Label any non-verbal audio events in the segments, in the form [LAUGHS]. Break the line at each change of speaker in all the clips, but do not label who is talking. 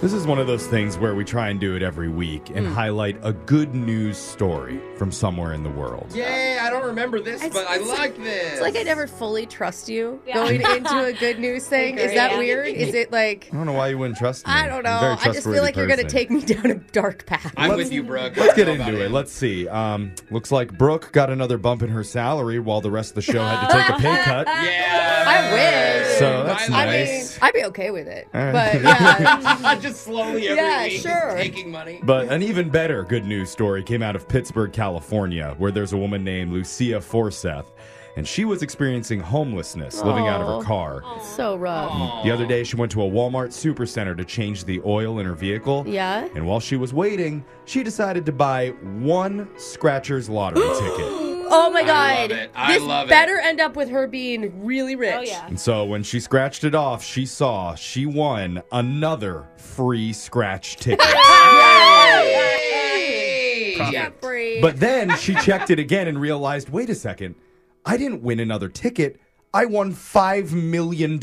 This is one of those things where we try and do it every week
Hmm.
and highlight a good news story from somewhere in the world.
Yay, I don't remember this,
It's-
but I
it's
like this.
It's like I never fully trust you [LAUGHS] going into a good news thing. Is that weird? Is it like
I don't know why you wouldn't trust me.
I don't
I'm a very
know. I just feel
trustworthy
like you're gonna
person.
take me down a dark path.
I'm with you, Brooke.
Let's get into it. Let's see. Um, looks like Brooke got another bump in her salary while the rest of the show had to take a pay
[LAUGHS]
cut.
Yeah.
I wish.
So that's
I
I
mean,
mean,
nice.
I'd be okay with it.
right. [LAUGHS]
But yeah,
[LAUGHS] just slowly every
Yeah,
week
sure.
taking money.
But an even better good news story came out of Pittsburgh, California, where there's a woman named Lucia Forseth, and she was experiencing homelessness living out
Oh.
of her car.
so rough.
The other day, she went to a Walmart supercenter to change the oil in her vehicle.
Yeah.
And while she was waiting, she decided to buy one Scratcher's
[GASPS]
lottery ticket.
Oh my god.
love it. I
this
love it.
better end up with her being really rich. Oh yeah.
And so when she scratched it off, she saw she won another free scratch
[LAUGHS]
ticket.
Hey. Yeah.
but then she checked it again and realized wait a second, I didn't win another ticket. I won $5 million.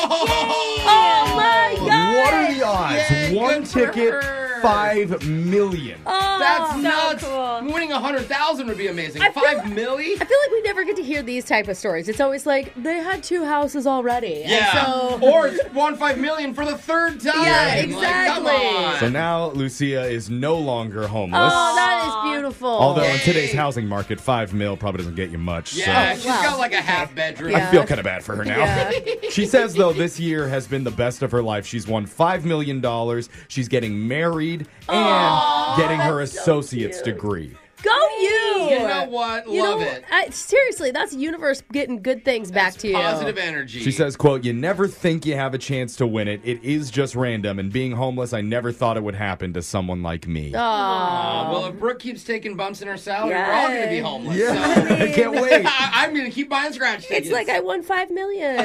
Oh my god.
What are the odds?
Yay,
one
good for
ticket,
her. Oh,
$5 million.
[LAUGHS] That's
so
nuts.
cool.
Winning a hundred thousand would be amazing.
I feel
Five
like- [LAUGHS]
milli?
I feel like we never get to hear these type of stories. It's always like they had two houses already. and
Yeah.
so
Or it's one five million for the third time.
Yeah,
Like, come
exactly.
on.
So now Lucia is no longer homeless.
Oh, that is beautiful.
Although
Yay.
in today's housing market, five mil probably doesn't get you much.
yeah,
So
she's
wow.
got like a half bedroom.
I feel kind of bad for her now.
Yeah.
[LAUGHS] she says though this year has been the best of her life. She's won five million dollars. She's getting married and getting her associate's degree.
Go you.
You know what?
You
Love
know,
it.
I, seriously, that's universe getting good things back to you.
Positive energy.
She says, "quote You never think you have a chance to win it. It is just random. And being homeless, I never thought it would happen to someone like me.
Aw, Uh, well, if Brooke keeps taking bumps in her salary, we're all going to be
Yes.
homeless.
yeah, [LAUGHS] I can't wait."
I, I'm going to keep buying scratch tickets. [LAUGHS]
It's like I won five million.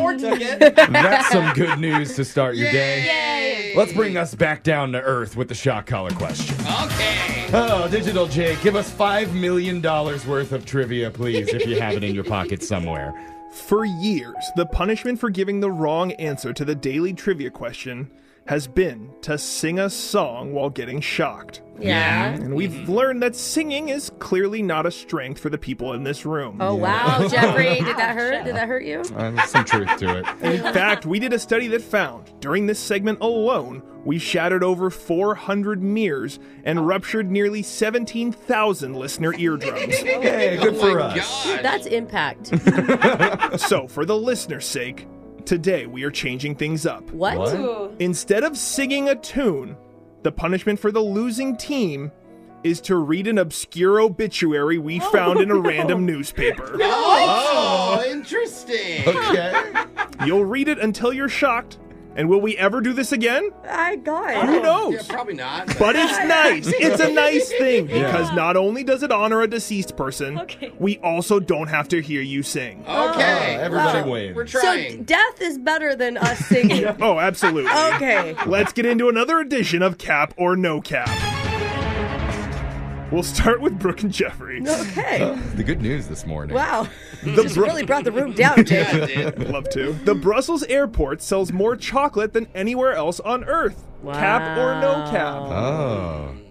Or ticket. [LAUGHS]
That's some good news to start your day.
Yay.
Let's bring us back down to earth with the shock collar question.
Okay.
Oh, Digital Jake, give us $5 million worth of trivia, please, if you have it in your pocket somewhere.
For years, the punishment for giving the wrong answer to the daily trivia question has been to sing a song while getting shocked.
yeah.
And we've learned that singing is clearly not a strength for the people in this room.
[LAUGHS]
Oh wow, Jeffrey, did that hurt? Did that hurt you?
[LAUGHS] Uh, there's some truth to it.
In fact, we did a study that found during this segment alone, we shattered over 400 mirrors and ruptured nearly 17,000 listener eardrums.
Hey, good
oh
for
my
us.
God.
That's impact.
so, for the listener's sake, today we are changing things up.
What?
What?
Instead of singing a tune, the punishment for the losing team is to read an obscure obituary we
Oh,
found in a random newspaper.
Oh, interesting.
Okay.
You'll read it until you're shocked. And will we ever do this again?
I got it.
Who knows?
Yeah, probably not.
[LAUGHS]
But it's nice. It's a nice thing because not only does it honor a deceased person,
Okay.
we also don't have to hear you sing.
Uh,
okay.
Oh, Everybody
Wow.
We're
wins.
So
trying.
death is better than us
[LAUGHS]
singing.
Oh, absolutely.
[LAUGHS] Okay.
Let's get into another edition of Cap or No Cap. We'll start with Brooke and Jeffrey.
Okay.
The good news this morning.
Wow. Just really
[LAUGHS]
brought the room down, Jake.
[LAUGHS]
Yeah, dude.
Love to. The Brussels airport sells more chocolate than anywhere else on Earth. Cap or no cap?
Oh,
[LAUGHS]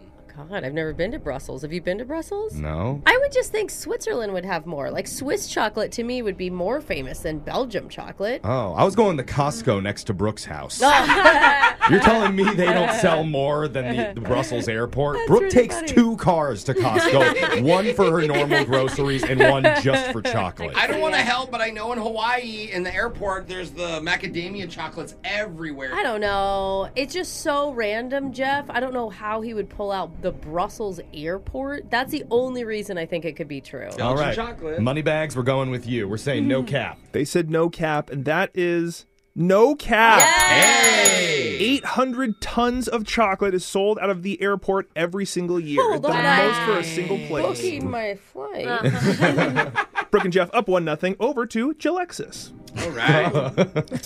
God, I've never been to Brussels. Have you been to Brussels? Mm.
no.
I would just think Switzerland would have more. Like Swiss chocolate to me would be more famous than Belgium chocolate.
Oh, I was going to Costco next to Brooke's house. You're telling me they don't sell more than the, the Brussels airport? Brooke takes two cars to Costco, one for her normal groceries and one just for chocolate.
I don't want to help, but I know in Hawaii, in the airport, there's the macadamia chocolates everywhere.
I don't know. It's just so random, Jeff. I don't know how he would pull out the Brussels airport. That's the only reason I think it could be true.
All right.
chocolate.
Money bags, we're going with you. We're saying no cap.
They said no cap, and that is no cap.
Hey!
800 tons of chocolate is sold out of the airport every single year.
Hold
the
on.
most for a single place.
Booking my flight. [LAUGHS]
Brooke and Jeff up 1 nothing over to Gilexis. [LAUGHS]
All right.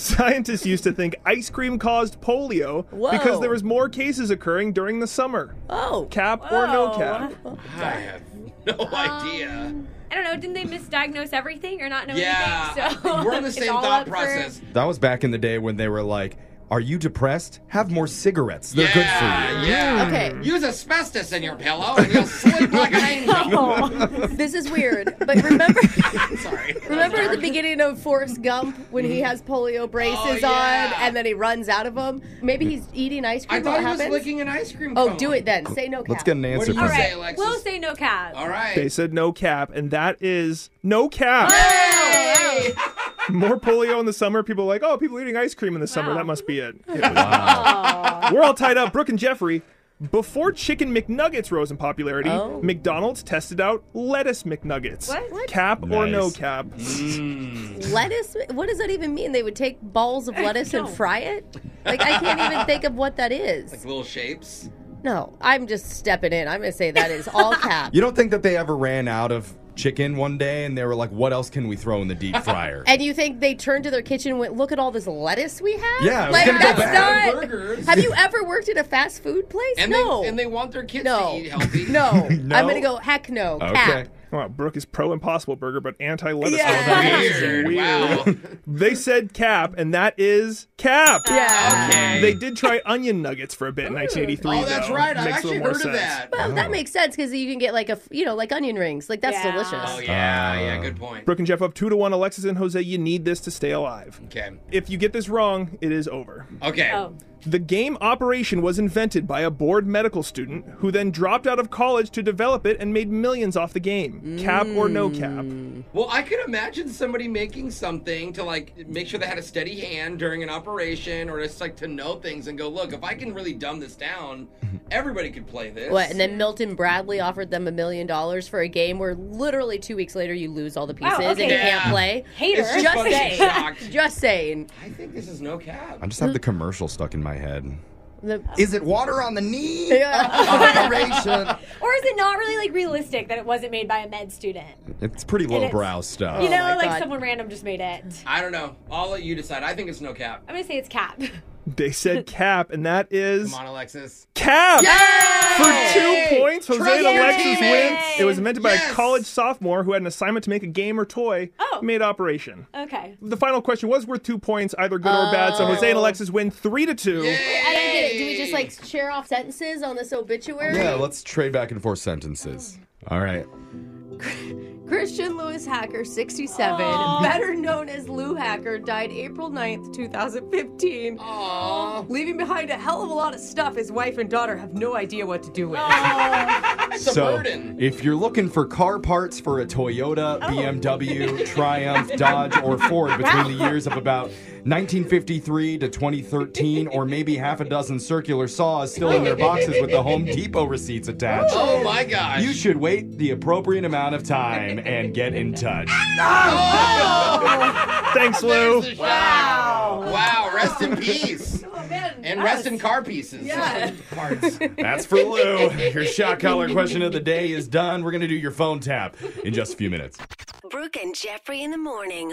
[LAUGHS]
Scientists used to think ice cream caused polio because
Whoa.
there was more cases occurring during the summer.
Oh.
Cap or no
Whoa.
cap?
I have no idea.
I don't know. Didn't they misdiagnose everything or not know
Yeah.
anything? So
We're on the
[LAUGHS] it's
same
all
thought
up for-
process.
That was back in the day when they were like, "Are you depressed? Have more cigarettes. They're
yeah,
good for you."
Yeah.
Okay.
Use asbestos in your pillow and you'll sleep
[LAUGHS]
like an angel.
Oh, This is weird. But remember
[LAUGHS] Sorry. Hmm.
remember at the beginning of Forrest Gump when he has polio braces
Oh, yeah.
on and then he runs out of them? Maybe he's eating ice cream
I thought
while
he
it
was
happens?
licking an ice cream
Oh,
cone.
do it then. Say no cap.
Let's get an
What
answer
do you
from
say,
Right.
Alexis?
We'll say no cap.
All right.
They said no cap, and that is no cap.
Hey!
More polio in the summer. People are like, oh, people are eating ice cream in the summer.
Wow.
That must be it. We're all tied up. Brooke and Jeffrey. Before chicken McNuggets rose in popularity, McDonald's tested out lettuce McNuggets.
What? What?
Cap or no
Nice.
cap?
lettuce what does that even mean they would take balls of lettuce and fry it like i can't even think of what that is
Little shapes.
no i'm just stepping in i'm gonna say that is all cap
You don't think that they ever ran out of chicken one day and they were like, "What else can we throw in the deep fryer?"
and you think they turned to their kitchen and went look at all this lettuce we have
Yeah, I was
like
gonna go
that's
back.
not
Burgers.
have you ever worked at a fast food place
And
no
they and they want their kids
No.
to eat healthy.
[LAUGHS] no.
No.
i'm gonna go heck no
okay.
cap
Wow, Brooke is pro Impossible Burger, but anti lettuce.
Yeah.
Weird. Wow.
They said cap, and that is cap.
yeah
Okay.
They did try onion nuggets for a bit in 1983. [LAUGHS]
oh, that's
though.
right. I've
Makes a
actually
little more
heard of
sense.
that.
well that makes sense because you can get like a f- you know like onion rings like that's
Yeah.
delicious
Oh yeah,
Ah.
Uh,
yeah. Good point.
Brooke and Jeff up two to one. Alexis and Jose, you need this to stay alive.
Okay.
If you get this wrong, it is over.
Okay.
Oh.
The game Operation was invented by a bored medical student who then dropped out of college to develop it and made millions off the game. Cap or no cap?
Well, I could imagine somebody making something to like make sure they had a steady hand during an operation, or just like to know things and go, look, if I can really dumb this
[LAUGHS]
down, everybody could play this.
What, and then Milton Bradley offered them a million dollars for a game where literally two weeks later you lose all the pieces
okay.
and you
Yeah.
can't play.
Hater.
It's
[LAUGHS]
just
Just
fucking
saying.
shocked.
Just saying.
I think this is no cap.
I just have the commercial stuck in my head.
The-
Is it water on the knee? Operation.
Or is it not really like realistic that it wasn't made by a med student?
It's pretty lowbrow stuff.
You
Oh
know,
my
like
God.
someone random just made it.
I don't know. I'll let you decide. I think it's no cap.
I'm gonna say it's cap. [LAUGHS]
[LAUGHS]
They said cap, and that is
Come on, Alexis.
cap. For two points, Jose
Trust
and
your
Alexis win.
teammates.
It was invented by
Yes.
a college sophomore who had an assignment to make a game or toy.
Oh.
Made Operation.
Okay.
The final question was worth two points, either good or bad.
Oh.
So Jose and Alexis win three to two.
I don't get it. Do we just like share off sentences on this obituary?
Yeah, let's trade back and forth sentences. All right.
Christian Lewis Hacker, 67, better known as Lou Hacker, died April 9th, 2015, leaving behind a hell of a lot of stuff his wife and daughter have no idea what to do with.
So a
so
burden.
if you're looking for car parts for a Toyota,
Oh.
BMW, Triumph, Dodge, or Ford between the years of about 1953 to 2013, or maybe half a dozen circular saws still in their boxes with the Home Depot receipts attached.
Oh my gosh.
You should wait the appropriate amount of time and get in touch.
Oh!
Thanks, Lou.
Wow. Wow. Rest in peace. And rest in car pieces. [LAUGHS] Parts.
That's for Lou. Your shot collar question of the day is done. We're going to do your phone tap in just a few minutes.
Brooke and Jeffrey in the morning.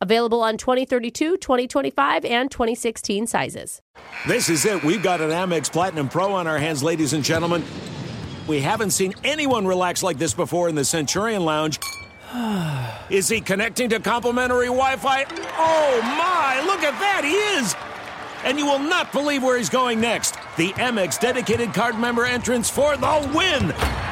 Available on 2032, 2025, and 2016 sizes.
This is it. We've got an Amex Platinum Pro on our hands, ladies and gentlemen. We haven't seen anyone relax like this before in the Centurion Lounge. [SIGHS] Is he connecting to complimentary Wi Fi? Oh my, look at that! He is! And you will not believe where he's going next. The Amex dedicated card member entrance for the win!